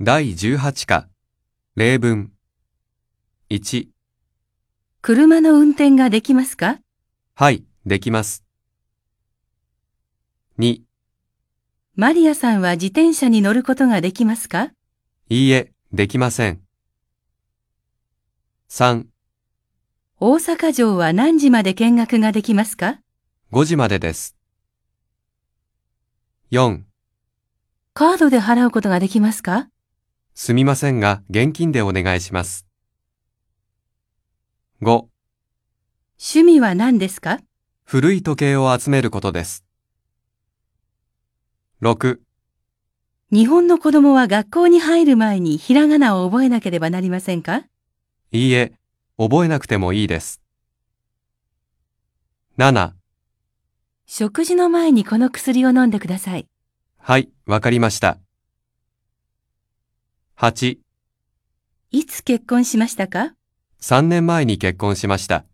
第18課、例文。1、車の運転ができますかはい、できます。2、マリアさんは自転車に乗ることができますかいいえ、できません。3、大阪城は何時まで見学ができますか5時までです。4、カードで払うことができますかすみませんが、現金でお願いします。5、趣味は何ですか古い時計を集めることです。6、日本の子供は学校に入る前にひらがなを覚えなければなりませんかいいえ、覚えなくてもいいです。7、食事の前にこの薬を飲んでください。はい、わかりました。8、いつ結婚しましたか3年前に結婚しました。